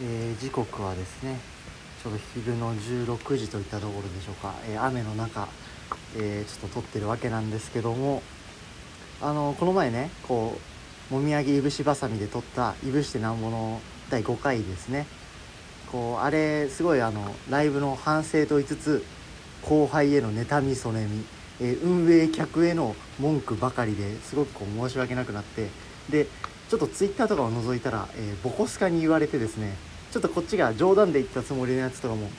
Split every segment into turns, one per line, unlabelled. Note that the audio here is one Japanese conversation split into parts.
えー時刻はですねちょうど昼の16時といったところでしょうか、えー雨の中、えーちょっと撮ってるわけなんですけどもあのこの前ねこうもみあげいぶしばさみで撮った「いぶしてなんぼ」の第5回ですねこうあれすごいあのライブの反省と言いつつ後輩への妬みそねみ、えー運営客への文句ばかりですごくこう申し訳なくなってでちょっとツイッターとかを覗いたら、えーボコスカに言われてですねちょっとこっちが冗談で言ったつもりのやつとかも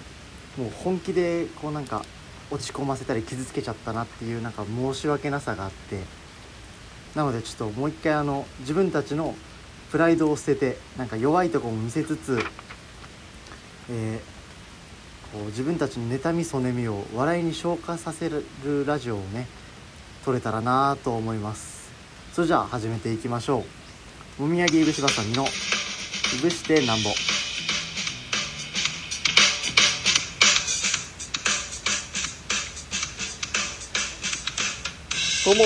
もう本気でこうなんか落ち込ませたり傷つけちゃったなっていうなんか申し訳なさがあってなのでちょっともう一回あの自分たちのプライドを捨ててなんか弱いところも見せつつ、えーこう自分たちの妬みそねみを笑いに昇華させるラジオをね撮れたらなぁと思いますそれじゃあ始めていきましょうもみあげいぶしばさみのいぶしてなんぼ
どうも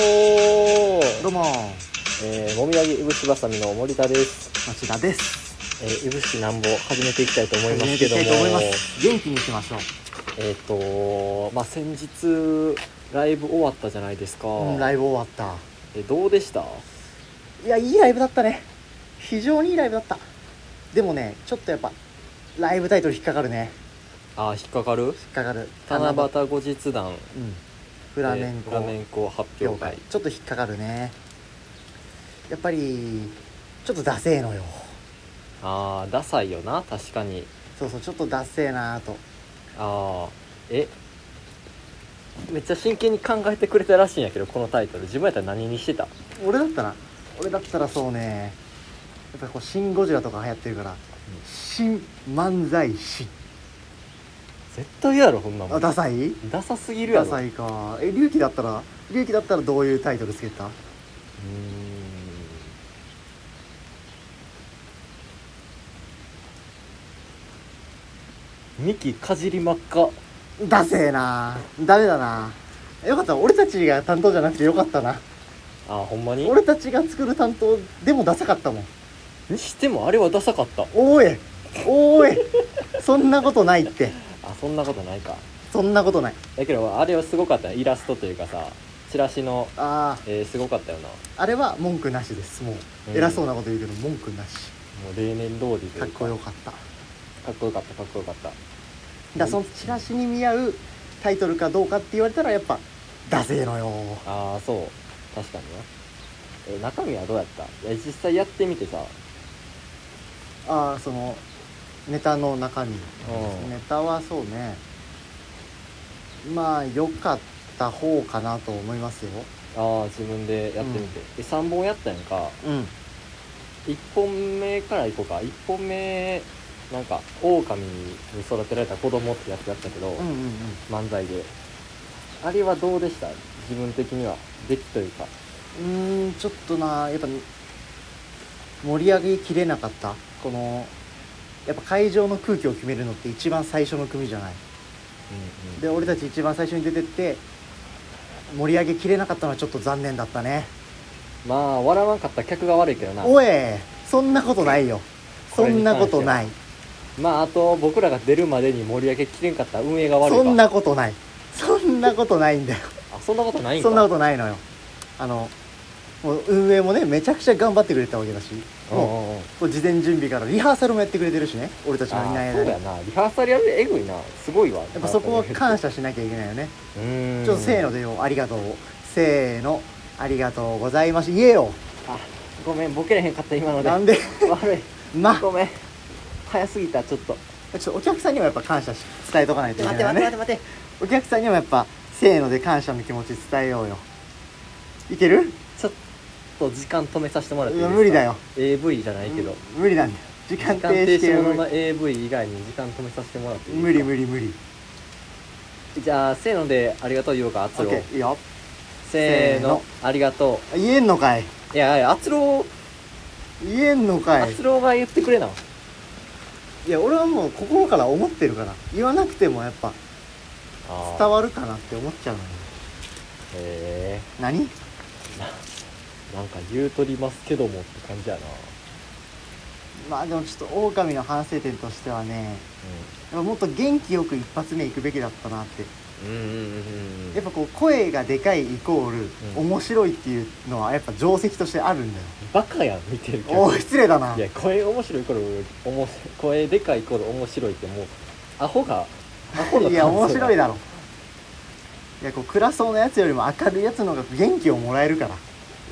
ー
どうも
えー、もみあげいぶしばさみの森田です。
町田です
えー、いぶしなんぼ始めていきたいと思い
始
ま
め
す
て
け
いき
ど
た
も
いと思いま、す元気にいきましょう
えっ、とまあ、先日、ライブ終わったじゃないですか。
うんライブ終わった
えーどうでした
いやいいライブだったね非常にいいライブだったでもねちょっとやっぱライブタイトル引っかかるね
あー、引っかかる
引っかかる
七夕後日談、
うんフラメン
えーフラメ
コ
ンコ発
業
表
界
会。
ちょっと引っかかるねやっぱりちょっとダセえのよ
あー、ダサいよな、確かに。
そうそうちょっとダセえなーと
あー、えめっちゃ真剣に考えてくれたらしいんやけど、このタイトル。自分やったら何にしてた
俺だったら俺だったらそうねやっぱこう「シン・ゴジラ」とか流行ってるから「新漫才師
絶対嫌やろ、こんな」も
あ
ん。
ダサい
ダサすぎるや
ダ
ろ。
サいかえ隆起だったら隆起だったらどういうタイトルつけてた
うーんミキかじりまっか
ダセえなダメだなよかった俺たちが担当じゃなくてよかったな
あほんまに
俺たちが作る担当でもダサかったもん
にしてもあれはダサかった
おーいおーいそんなことないって
あそんなことないか
そんなことない
だけどあれはすごかったイラストというかさチラシの
あ
えー、すごかったよなも
ああれは文句なしですもう、
うん
偉そうなこと言うけど文句なし
う例年通りで
かっこよ
か
かっただか
っこよかったかっこよかった
らそのチラシに見合うタイトルかどうかって言われたらやっぱダセえのよ
ああそう確かになえー中身はどうやったいや実際やってみてさ
ああそのネタの中身
うん
ネタはそうねまあ良かった方かなと思いますよ
ああ自分でやってみて、え3本やったやんか
うん
1本目からいこうか1本目なんか狼に育てられた子供ってやつやったけど、
うんうん
漫才であれはどうでした自分的には出来というか
うんうーんちょっとなやっぱ盛り上げきれなかったこのやっぱ会場の空気を決めるのって一番最初の組じゃないで俺たち一番最初に出てって盛り上げきれなかったのはちょっと残念だったね
まあ笑わんかった客が悪いけどな
おえそんなことないよそ
これ
ん
に
な
関して
こ
は
とない
まああと僕らが出るまでに盛り上げきれんかった運営が悪い
そ
わ
んなことないそんなことないんだよ
あそんなことないんか
そんなことないのよあのもう運営もねめちゃくちゃ頑張ってくれたわけだしも
うんうんうん
うこう事前準備からリハーサルもやってくれてるしね俺たちのいない
あ
間
そう
にや
やなリハーサルやるでえぐいなすごいわや
っぱそこは感
謝
謝しなきゃいけないよね
うーん
ちょっとせーのでよありがとうせーのありがとうございました言えよ
あごめんボケれへんかった今ので
なんで
悪い
ま
ごめん早すぎたちょっと
ちょっとお客さんにもやっぱ感謝し伝えとかないといけ
待
な
っ
い
て
よ
待って待っ
ね
て待って
お客さんにもやっぱせーので感謝の気持ち伝えようよいける
ちょっと時間止めさせてもらっていい
い
で
や
すか
無理だよ
AV じゃないけど
無理なんだよ時間
時間
停
停
止系
止
は
も
無
の
理
の AV 以外に時間止めさせてもらっていいですか
無理無理無理
じゃあせーのでありがとう言おうかあつ
オッ
ろ
ケーいいよ
せ
せ
ー
ーの
のありがと
言えんのかいう
いやいやあつろ
言えんのか
あ
い
つろが言ってくれない
や俺はもう心から思ってるから言わなくてもやっぱ伝
わ
わるかなって思っちゃうのよ
へ
何
えなんか言うとりますけどもって感じやな
まあでもちょっと狼の反省点としてはねやっぱもっと元気よく一発目行くべきだったなって
うんうんうんうん
やっぱこう声がでかいイコール
うん
面白いっていうのはやっぱ定石としてあるんだよ、
バカやん見てるけ
お
ど
お失礼だない
や声面白いイコールおもし声でかいイコール面白いってもうアホがアホの感想
いや面白いだろいやこう暗そうなやつよりも明るいやつの方が元気をもらえるから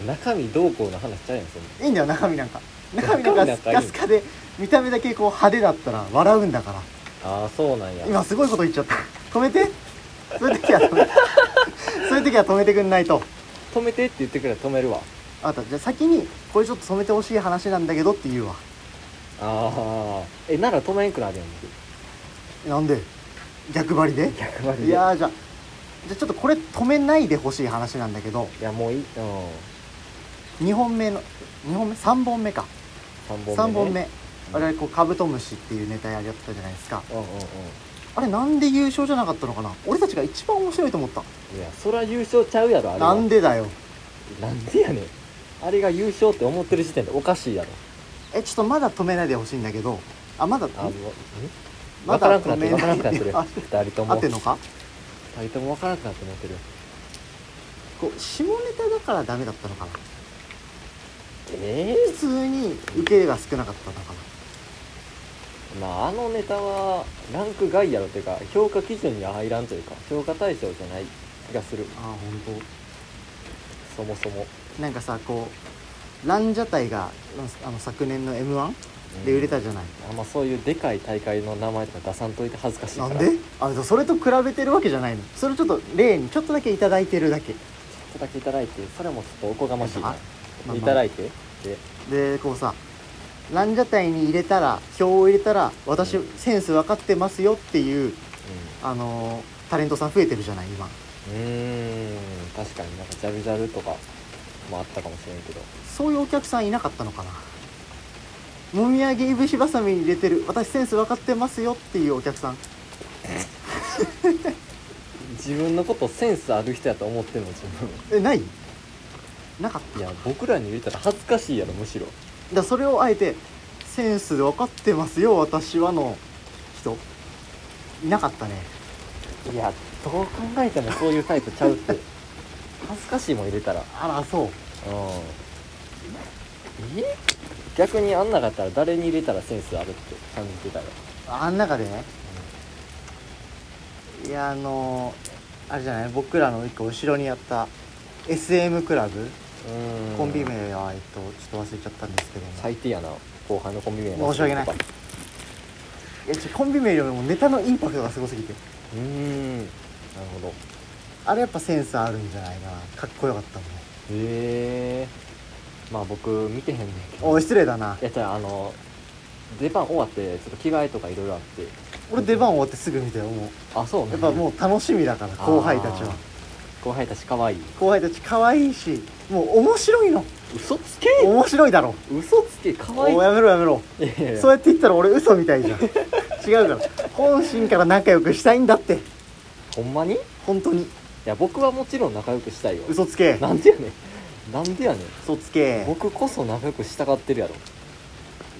中身どうこうの話ちゃうやんそんない
いんだよ中身なんか中
中
身
身
な
なんん
か
か
スカスカで見た目だけこう派手だったら笑うんだから
ああそうなんや
今すごいこと言っちゃった止めてそういう時は止 めてそういう時は止めてくんないと
止めてって言ってくれたら止めるわ
あとじゃあ先にこれちょっと止めてほしい話なんだけどって言うわ
ああえなら止めんくなるやん
なんで逆張りで
逆張りで
いやーじゃあじゃあちょっとこれ止めないでほしい話なんだけど
いやもういいうん
2本目の2本目3本目か
3本目、ね、
3本目
うん
あれこうカブトムシっていうネタやりやったじゃないですか
うんうんうん
あれなんで優勝じゃなかったのかな俺たちが一番面白いと思った
いやそりゃ優勝ちゃうやろあれは
なんでだよ
なんでやねんあれが優勝って思ってる時点でおかしいやろ
えちょっとまだ止めないでほしいんだけどあまだ
あもう
ま
分からんくな
止
って
め
る分からんくな
な
っ
い
て
で
る
あ
2人と
合
も
ってんのか
2人とも分からんくなって思ってる
こう下ネタだからダメだったのかな
え
普通に受けが少なかったのかな
えまああのネタはランク外やろっていうか評価基準には入らんというか評価対象じゃない気がする
ああ本
そもそも
当。なんかさこうランジャタイがあの昨年の m 1で売れたじゃない、
あんまそういうでかい大会の名前とか出さんといて恥ずかしいか
な
ら
ん
ちょ
であそれと比べてるわけじゃないのそれちょっと例にちょっとだけいただいてるだけ
っとだけいただいてそれもちょっとおこがましい
あ
な
まあまあ
いただいてで
でこうさランジャタイに入れたら票を入れたら私、
うん
センス分かってますよっていうあのータレントさん増えてるじゃない今
うんうーん確かになんかジャルジャルとかもあったかもしれんけど
そういうお客さんいなかったのかなもみあげいぶしばさみに入れてる私センス分かってますよっていうお客さん
自分のことセンスある人やと思ってんの自分
えないなかった
い
だか
や僕らに言ったら恥ずかしいやろむしろ
らそれをあえてセンスで分かってますよ私はの人いなかったね
いやどう考えてもそういうタイプちゃうって 恥ずかしいもん入れたらうん
あらそう
え逆にあんなかったら誰に入れたらセンスあるって感じてたよ
あん中でねいやあのあれじゃない僕らの一個後ろにやった SM クラブ
うん
コンビ名はえっとちょっと忘れちゃったんですけども
最低やな後輩のコンビ名
申し訳ないういやちょコンビ名よりもネタのインパクトがすごすぎて
ーんなるほど
あれやっぱセンスあるんじゃないかなかっこよかったもんね
へえまあ僕見てへんねんけど
おい失礼だない
やじゃああの出番終わってちょっと着替えとかいろいろあって
俺出番終わってすぐ見たよもう
あそうね
やっぱもう楽しみだから後輩たちは
あー後輩たち可愛い
後輩たち可愛いしもう面白いの
嘘つけ
面白いだろ
嘘つけ可
お
愛い
いやめろやめろ
いやいやいや
そうやって言ったら俺嘘みたいじゃん違うから本心から仲良くしたいんだって
ほんまにい
本当に
や僕はもちろん仲良くしたいよ
嘘つけ
なんでやねんなんでやねん
嘘つけ
僕こそ仲良くしたがってるやろ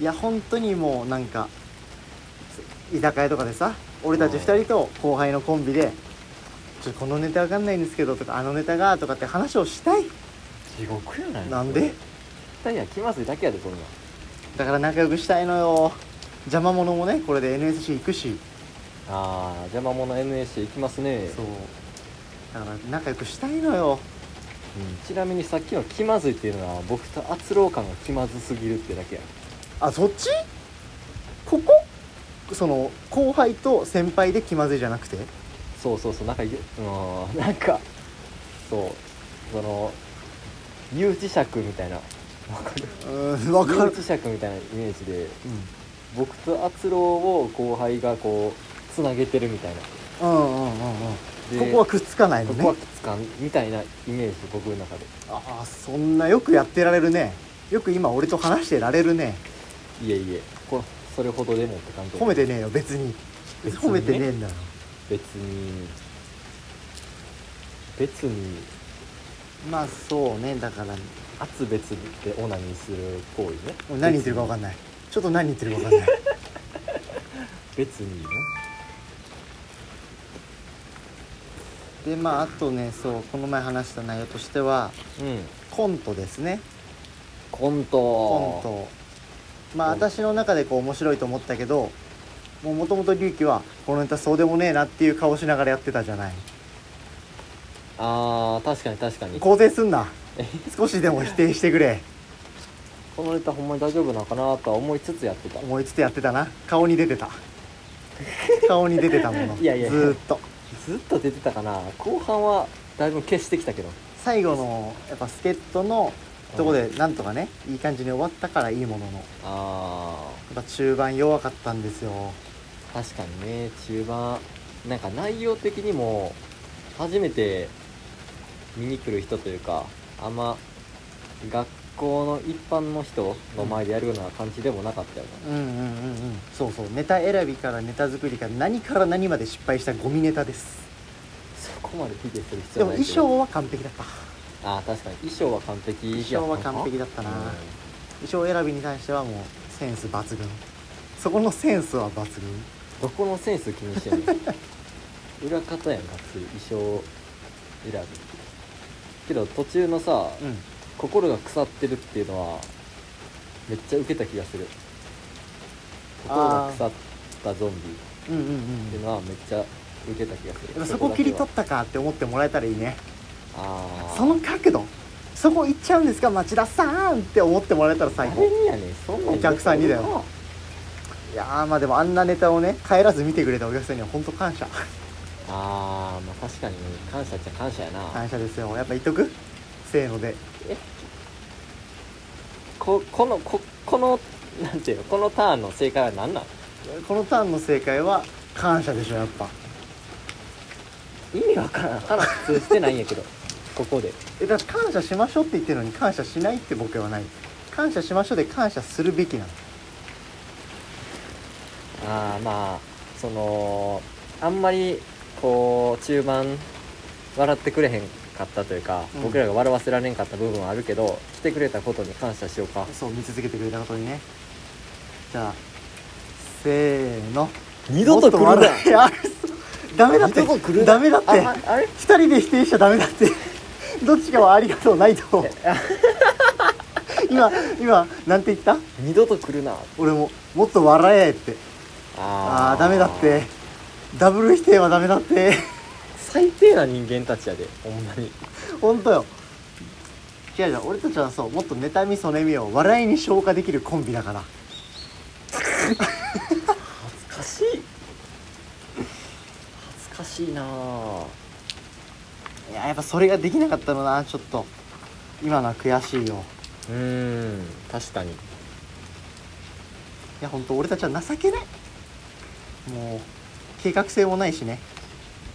いや本当にもうなんか居酒屋とかでさ俺たち2人と後輩のコンビで「ちょっとこのネタわかんないんですけど」とか「あのネタが」とかって話をしたい
地獄やない
なんで
二人は気まずいだけやでそんなん
だから仲良くしたいのよ邪魔者もねこれで NSC 行くし
ああ邪魔者 NSC 行きますね
そうだから仲良くしたいのよ
うんちなみにさっきの気まずいっていうのは僕と圧郎感が気まずすぎるってだけや
あそっちここその後輩と先輩で気まずいじゃなくて
そうそうそうなんかゆうんなんかそうその U 磁石みたいなわかる
うーんわ
U
かる、
磁石みたいなイメージで
う、
僕と圧郎を後輩がこうつなげてるみたいなん
うんうんうんうん
で
ここはくっつかないの
こ
ね
こはきつかんみたいなイメージ僕の中で
ああそんなよくやってられるねよく今俺と話してられるね
いえいえこそれほどでもって感じ
褒めてねえよ別に
別にね
褒めてねえんだよ
別に別に
まあそうねだから
圧別でオナニーする行為ね
俺何言ってるか分かん
ない
ないちょっと何言ってるか分かんない
別にね
でまああとねそうこの前話した内容としては
うん
コントですね
コント
コントまあ
コント
私の中でこう面白いと思ったけどもともと龍騎はこのネタそうでもねえなっていう顔しながらやってたじゃない
あー確かに確かにこ
肯定すんな少しでも否定してくれ
のネタほんまに大丈夫なのかなとは思いつつやってた
思いつつやってたな顔に出てた 顔に出てたもの
いやいや
ずーっと
ずっと出てたかな後半はだいぶ消してきたけど
最後のやっぱ助っ人のとこでなんとかねいい感じに終わったからいいもののや
あ
っぱ中盤弱かったんですよ
ー確かにね中盤なんか内容的にも初めて見に来る人というかあんま学校の一般の人の前でやるような感じでもなかったよね、
うんうんうんうんそうそうネタ選びからネタ作りから何から何まで失敗したゴミネタです
そこまで卑下する必
で
要
も
ない
衣
けど
装は完璧だった
あー確かに衣装は完璧
衣装は完璧
だっ
だった
た
な
な
衣装選びに関してはもうセンス抜群そこのセンスは抜群
どこのセンス気にしてん の裏方やんかつ衣装選びけど途中のさ、
うん
心が腐ってるっていうのはめっちゃウケた気がする心が腐ったゾンビっ
うんうんうん
ていうのはめっちゃウケた気がする
やっぱそこ切り取ったかって思ってもらえたらいいね
ああ
その角度そこ行っちゃうんですか町田さんって思ってもらえたら最
誰
高
にやねんそんなん
お客さんにだよ
言うか
いやーまあでもあんなネタをね帰らず見てくれたお客さんには本当感謝
あーまあ確かに感謝っちゃ感謝やな、
感謝ですよやっぱ言っとくせーので
ここのここのなんていうのこのターンの正解は何なん
このターンの正解は感謝でしょやっぱ
意味 わからん話通じてないんやけどここで
えだって感謝しましょうって言ってるのに感謝しないって僕はない感謝しましょうで感謝するべきなの
ああまあそのあんまりこう中盤笑ってくれへんかったというか、
うん
僕らが笑わせられんかった部分はあるけど来てくれたことに感謝しようか
そう見続けてくれたことにねじゃあせーの
二度と来る
もっ
な
笑えいや ダメだって
二度と来るな
ダメだって
あああれ
二人で否定しちゃダメだって どっちかはありがとう ないと今今なんて言った
二度と来るな
俺ももっと笑えってああーダメだってダブル否定はダメだって
最低な人間たちやでほんまに
本当よ違う違う俺たちはそうもっと妬みそねみを笑いに消化できるコンビだから
恥ずかしい恥ずかしいなあ
いややっぱそれができなかったのなちょっと今のは悔しいよ
うーん確かに
いや本当俺たちは情けないもう計画性もないしね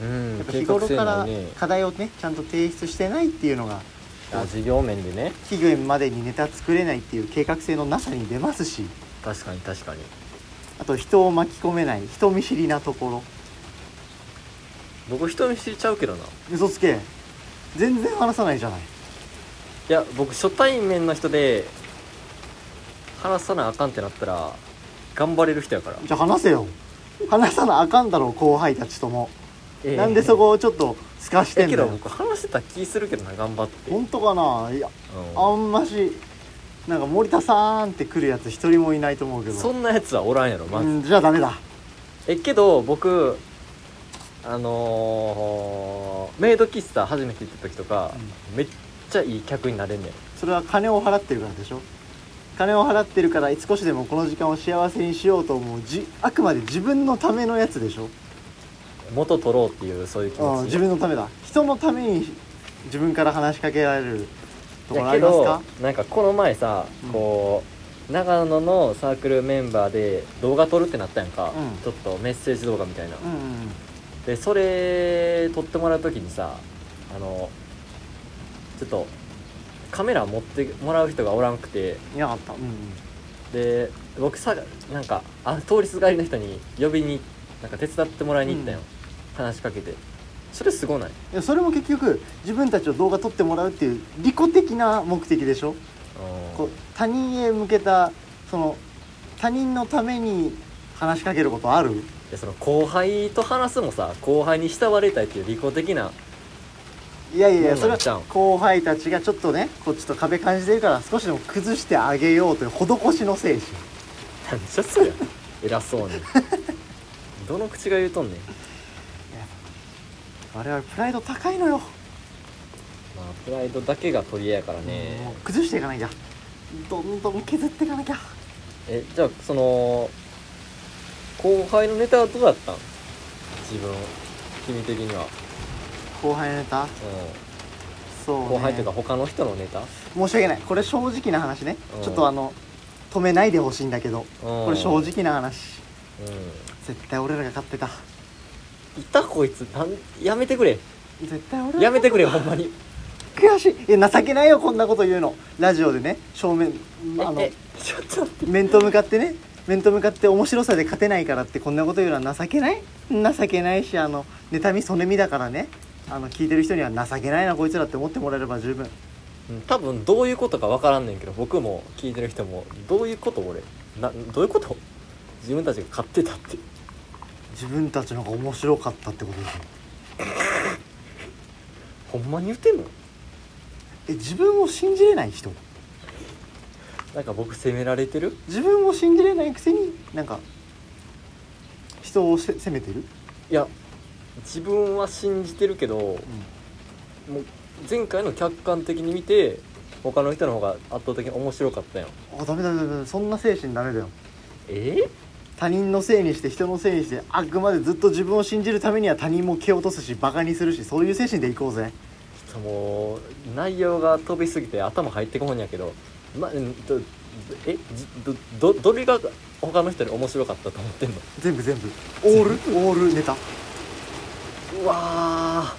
うん
やっぱ日頃から
計画性ないね
課題をねちゃんと提出してないっていうのが
あ事業面でね
期限までにネタ作れないっていう計画性のなさに出ますし
確かに確かに
あと人を巻き込めない人見知りなところ
僕人見知りちゃうけどない
嘘つけ全然話さないじゃない
や僕初対面の人で話さなあかんってなったら頑張れる人やから、
じゃあ話せよ話さなあかんだろう後輩たちとも、なんでそこをちょっとすかし
え
て
え
ん
け
だ
ど
よ
僕話してた気するけどな頑張って、うん
本当かないやあんましなんか森田さんって来るやつ一人もいないと思うけど
そんなやつはおらんやろまず、
うん、じゃあダメだ
えけど僕あのーメイド喫茶初めて行った時とか、めっちゃいい客になれんねん
それは金を払ってるからでしょ金を払ってるから少しでもこの時間を幸せにしようと思うじあくまで自分のためのやつでしょ、
元取ろうっていうそういう気
う
持
ん、
ち
自分のためだ人のために自分から話しかけられるところありますか
なんかこの前さ、
うん
こう長野のサークルメンバーで動画撮るってなったやんか、
うん
ちょっとメッセージ動画みたいな、
うんうん
でそれ撮ってもらう時にさあのちょっとカメラ持ってもらう人がおらんくて
いなかったうんうん
で僕さなんかあ通りすがりの人に呼びになんか手伝ってもらいに行ったよ、
うん
話しかけてそれすごない、
いやそれも結局自分たちを動画撮ってもらうっていう利己的な目的でしょこう他人へ向けたその他人のために話しかけることある
でその後輩と話すもさ後輩に慕われたいっていう利己的ない
やいや
ど
そうれ
なんちゃ
は
うん
後輩たちがちょっとねこっちと壁感じてるから少しでも崩してあげようという施しの精神
何じゃそりゃ 偉そうにどの口が言うとんねん、
我々プライド高いのよ、
まあ、プライドだけが取り柄やからね
もう崩していかなきゃどんどん削っていかなきゃ
えじゃあその後輩のネタはどうだったん自分君的には、
後輩のネタそう、
う
ね、
ん、後輩というか他の人のネタ、う
申し訳ないこれ正直な話ね、
うん
ちょっとあの止めないでほしいんだけど、
ん、
これ正
うん
直な話絶対俺らが勝ってた
いたこいつなんやめてくれ
絶対俺らが
やめてくれほんまに
悔しいいや情けないよこんなこと言うのラジオでね正面 あの
ええちょっと待って
面と向かってね面と向かって面白さで勝てないからってこんなこと言うのは情けない情けないしあの妬みそねみだからねあの聞いてる人には情けないなこいつらって思ってもらえれば十分
うん多分どういうことか分からんねんけど僕も聞いてる人もどういうこと俺などういうこと自分たちが買ってたって
自分たちの方が面白かったってことでしょ
ほんまに言ってんの
え自分を信じれない人
なんか僕責められてる
自分を信じれないくせになんか人をせ責めてる、
いや自分は信じてるけどもう前回の客観的に見て他の人の方が圧倒的に面白かったよ
あダメダメダメダメそんな精神ダメだよ
え
他人のせいにして人のせいにしてあくまでずっと自分を信じるためには他人も蹴落とすしバカにするしそういう精神でいこうぜ
ちょっともう内容が飛びすぎて頭入ってこんやけど、ま、うんとえじどどどれが他の人に面白かったと思ってんの
全部全部オールオールネタっ
うわ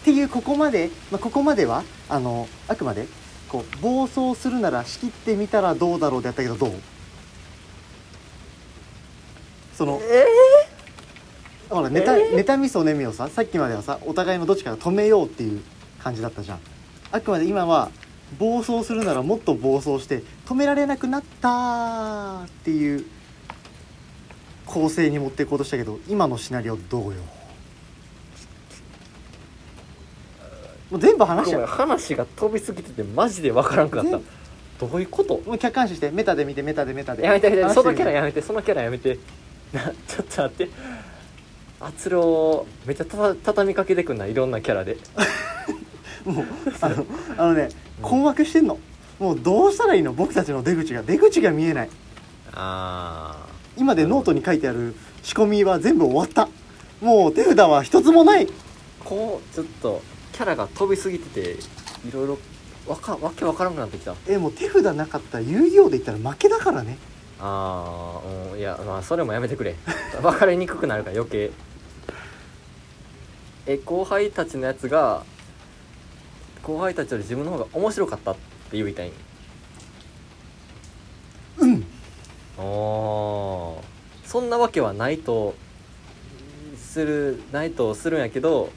ー
ていうここまで、まあ、ここまではあのあくまでこう暴走するなら仕切ってみたらどうだろうでやったけどどうその
え
ほらネタ、
えー
ネタミソネミをささっきまではさお互いのどっちかが止めようっていう感じだったじゃんあくまで今は暴走するならもっと暴走して止められなくなったーっていう構成に持っていこうとしたけど今のシナリオどうよもう全部話しち
ご
ゃ
めん
う
話が飛びすぎててマジでわからんくなった
全
どういうこと
もう客観視してメタで見てメタでメタで
やめてやめて
話し
そ
み
のキャラやめてそのキャラやめてなちょっと待ってあつろめっちゃたた畳みかけてくんないろんなキャラで
もうあのあのね困惑してんのもうどうしたらいいの僕たちの出口が出口が見えない
あ
今でノートに書いてある仕込みは全部終わったもう手札は一つもない
こうちょっとキャラが飛びすぎてていろいろわかわけわからんくなってきた
えもう手札なかったら遊戯王で言ったら負けだからね
あーうんいやまあそれもやめてく れ分かりにくくなるから余計え後輩たちのやつが後輩たちより自分の方が面白かったって言いたい
うん
おそんなわけはないとするないとするんやけど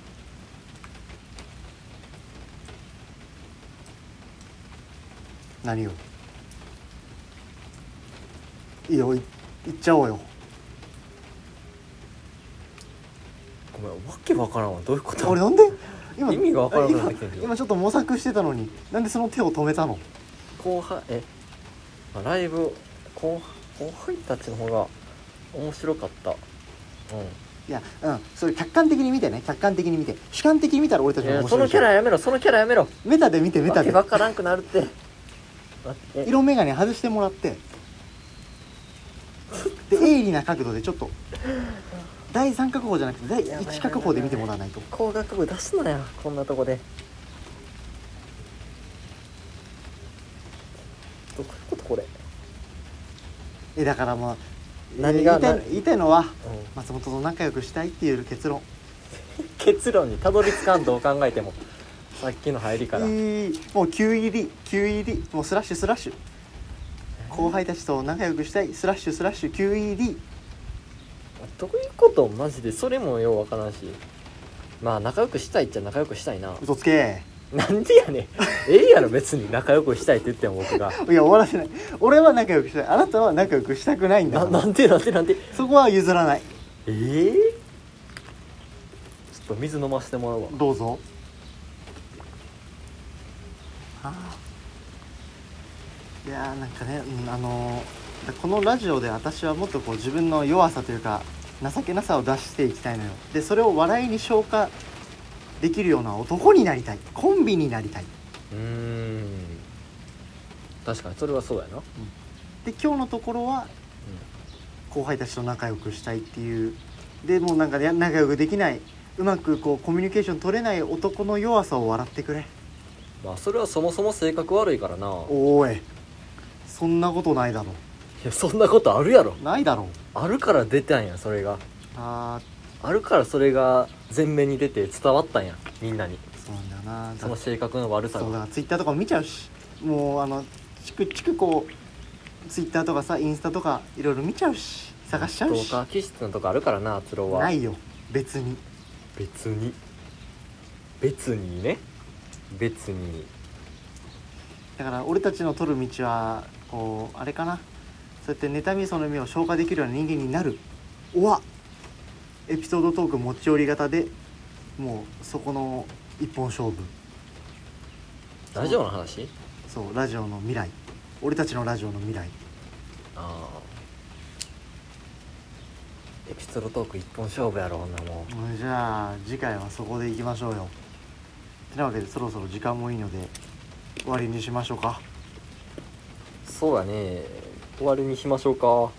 何をいいよい行っちゃおうよ
ごめんわけわからんわどういうこと
俺なんで今
意味が分からなくな
今
ってきてる
今ちょっと模索してたのになんでその手を止めたの
後輩えまあライブ後後輩たちの方が面白かったう
いやうんそれ客観的に見てね客観的に見て主観的に見たら俺た
ん
ち
い
の方が面
やそ
白
の
い
キャラやめろそのキャラやめろ
メタで見てメ
わ
タ
け
で
わからんくなるって待って
色眼鏡外してもらって で鋭利な角度でちょっと第3角法じゃなくて第
やばい
1角法で見てもらわないと
工学部出すなよこんなとこでどういうことこれ
えだからまあ
何が
え言い
な
たい言いたいのは
うん
松本と仲良くしたいっていう結論
結論にたどり着かんどう考えても さっきの入りから、
いいもう QED QED もうスラッシュスラッシュ後輩たちと仲良くしたいスラッシュスラッシュ QED
どういうことマジでそれもようわからんしまあ仲良くしたいっちゃ仲良くしたいな
嘘つけ
なんでやねん ええやろ別に仲良くしたいって言っても僕 が
いや終わらせない俺は仲良くしたいあなたは仲良くしたくないんだ
な
から
なんでなんでなんで
そこは譲らない
ええちょっと水飲ませてもらうわ
どうぞあーいやーなんかね、うん、あのーこのラジオで私はもっとこう自分の弱さというか情けなさを出していきたいのよでそれを笑いに消化できるような男になりたいコンビになりたいう
ーん確かにそれはそうやな
で今日のところは後輩たちと仲良くしたいっていうでもうなんかや仲良くできないうまくこうコミュニケーション取れない男の弱さを笑ってくれ
まあそれはそもそも性格悪いからな
おーいそんなことないだろ
いやそんなことあるやろ
ないだろ
あるから出たんやそれが
あ
あるからそれが前面に出て伝わったんやみんなに
ーそうなんだよなだ
その性格の悪さ
そうだ
が
からツイッターとかも見ちゃうしもうあのチクチクこうツイッターとかさインスタとかいろいろ見ちゃうし探しちゃ
スト
う
ー
し
カー気質のとこあるからな鶴郎は
ないよ別に
別に別にね別に
だから俺たちの取る道はこうあれかなそうやって妬みそのみを消化できるような人間になるおわエピソードトーク持ち寄り型でもうそこの一本勝負
ラジオの話
そうラジオの未来俺たちのラジオの未来
ああエピソードトーク一本勝負やろほんなもん
うんじゃあ次回はそこでいきましょうよてなわけでそろそろ時間もいいので終わりにしましょうか
そうだね終わりにしましょうか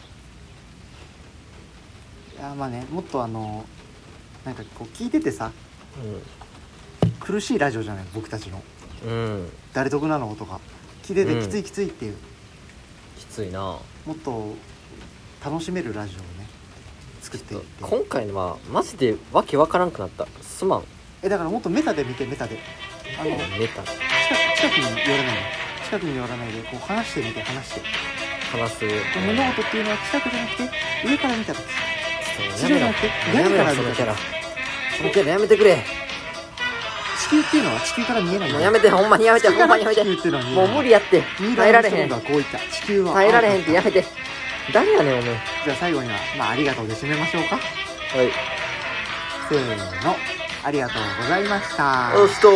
いやまあねもっとあのなんかこう聞いててさ苦しいラジオじゃない僕たちの
うん、うん、
誰得なのとか聞いてて
うん
きついきついっていう、
きついな
もっと楽しめるラジオをね作って
ち
い
ょ
っ
ってと今回のはマジでわけわからんくなったすまん
えだからもっとメタで見てメタであの
ネ
近
タ
く近くに寄らないで近くに寄らないでこう話してみて話して
話す
物事っていうのは近くじゃなくて上から見た時
ちょっとやめろ
やめろ
やめろそのキャラそのキャラやめてくれ
地球っていうのは地球から見えない
もうやめてほんまにやめて
地球
ほ
か
んま
ら
にやめて
地球っていうのは見え
も
な
う
い
無理やって
ミイラ
耐えられ
アーム
へ
ストロン
ん
グはこう言った地球は
耐えられへんってやめて誰やねんおめえ
じゃあ最後にはまあありがとうで締めましょうか
はい
せーのありがとうございました
おっと